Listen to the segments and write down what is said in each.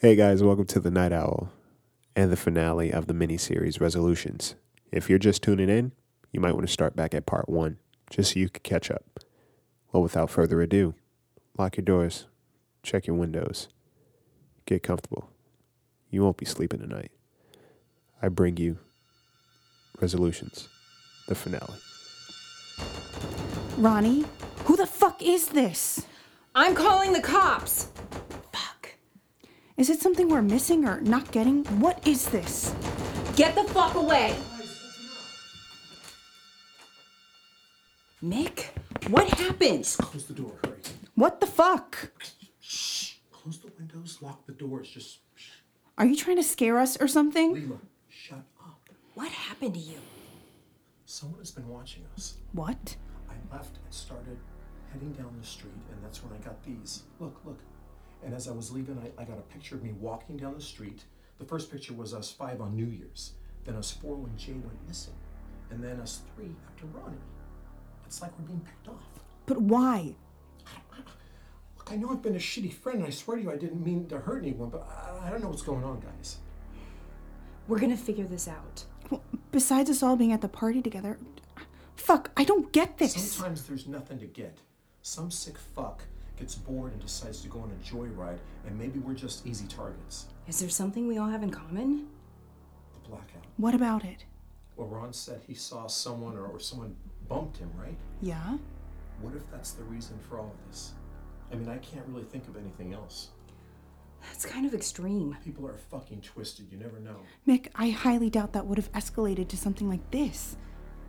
Hey guys, welcome to The Night Owl and the finale of the miniseries Resolutions. If you're just tuning in, you might want to start back at part one just so you can catch up. Well, without further ado, lock your doors, check your windows, get comfortable. You won't be sleeping tonight. I bring you Resolutions, the finale. Ronnie, who the fuck is this? I'm calling the cops. Fuck. Is it something we're missing or not getting? What is this? Get the fuck away. Mick, what happened? Close the door, hurry. What the fuck? Close the windows, lock the doors, just shh. Are you trying to scare us or something? Lima, shut up. What happened to you? Someone has been watching us. What? I left and started heading down the street, and that's when I got these. Look, look. And as I was leaving, I, I got a picture of me walking down the street. The first picture was us five on New Year's, then us four when Jay went missing, and then us three after Ronnie. It's like we're being picked off. But why? Look, I know I've been a shitty friend, and I swear to you, I didn't mean to hurt anyone, but I, I don't know what's going on, guys. We're gonna figure this out. Well, besides us all being at the party together, fuck, I don't get this. Sometimes there's nothing to get. Some sick fuck gets bored and decides to go on a joyride, and maybe we're just easy targets. Is there something we all have in common? The blackout. What about it? Well, Ron said he saw someone or, or someone bumped him, right? Yeah? What if that's the reason for all of this? I mean, I can't really think of anything else. That's kind of extreme. People are fucking twisted, you never know. Mick, I highly doubt that would have escalated to something like this.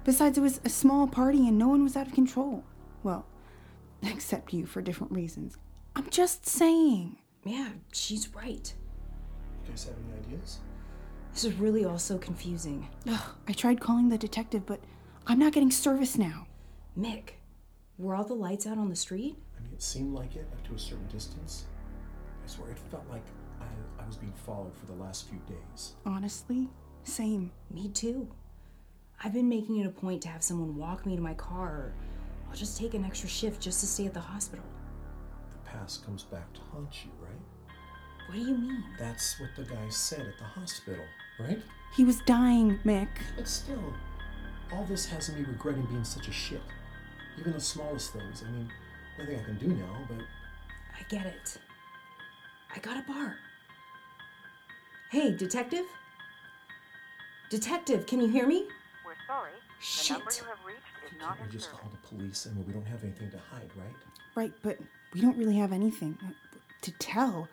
Besides, it was a small party and no one was out of control. Well, except you for different reasons. I'm just saying. Yeah, she's right. You guys have any ideas? This is really all so confusing. Ugh, I tried calling the detective, but I'm not getting service now. Mick, were all the lights out on the street? I mean, it seemed like it up to a certain distance. I swear, it felt like I, I was being followed for the last few days. Honestly, same. Me too. I've been making it a point to have someone walk me to my car, or I'll just take an extra shift just to stay at the hospital. The past comes back to haunt you, right? What do you mean? That's what the guy said at the hospital, right? He was dying, Mick. But still, all this has me regretting being such a shit. Even the smallest things. I mean, nothing I can do now, but I get it. I got a bar. Hey, detective? Detective, can you hear me? We're sorry. The number Shit. you have reached is not can't we in just service. call the police? I mean, we don't have anything to hide, right? Right, but we don't really have anything uh, to tell.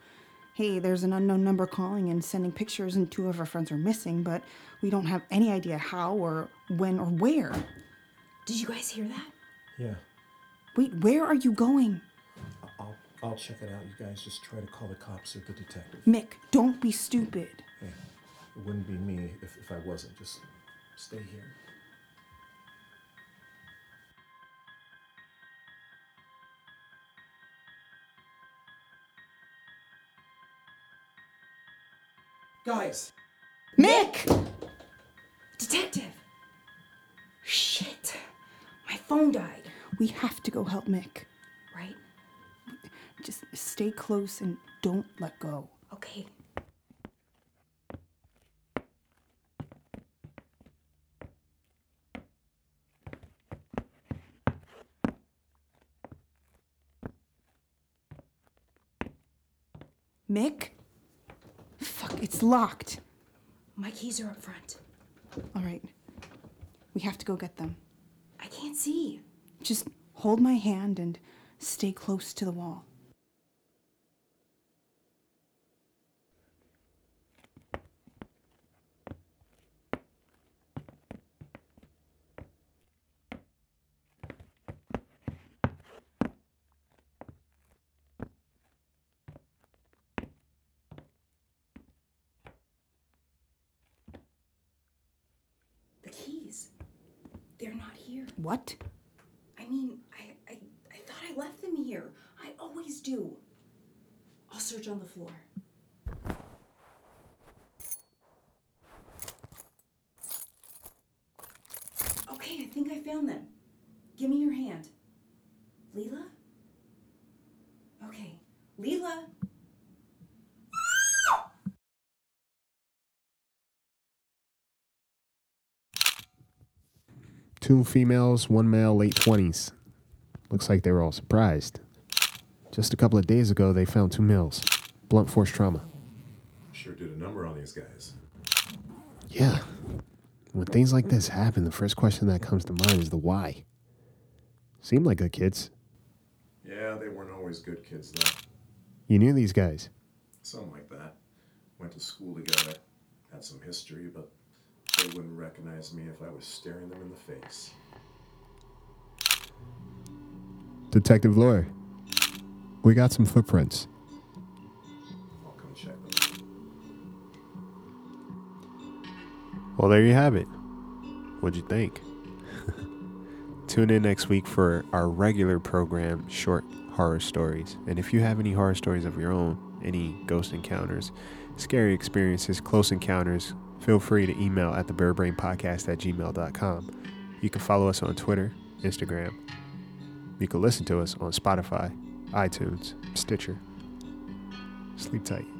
Hey, there's an unknown number calling and sending pictures, and two of our friends are missing, but we don't have any idea how or when or where. Did you guys hear that? Yeah. Wait, where are you going? I- I'll, I'll check it out. You guys just try to call the cops or the detective. Mick, don't be stupid. Hey, it wouldn't be me if, if I wasn't. Just stay here. Guys! Mick! Detective! Shit. My phone died, We have to go help Mick. right? Just stay close and don't let go. Okay. Mick? Fuck, it's locked. My keys are up front. All right. We have to go get them. I can't see. Just hold my hand and stay close to the wall. The keys. They're not here. What? I mean, I, I, I thought I left them here. I always do. I'll search on the floor. Okay, I think I found them. Give me your hand. Leela? Okay. Leela? Ah! Two females, one male, late 20s. Looks like they were all surprised. Just a couple of days ago, they found two males. Blunt force trauma. Sure did a number on these guys. Yeah. When things like this happen, the first question that comes to mind is the why. Seem like good kids. Yeah, they weren't always good kids, though. You knew these guys. Something like that. Went to school together, had some history, but they wouldn't recognize me if I was staring them in the face. Detective Lawyer, we got some footprints. I'll come check them out. Well, there you have it. What'd you think? Tune in next week for our regular program, Short Horror Stories. And if you have any horror stories of your own, any ghost encounters, scary experiences, close encounters, feel free to email at thebearbrainpodcast at gmail.com. You can follow us on Twitter, Instagram. You can listen to us on Spotify, iTunes, Stitcher. Sleep tight.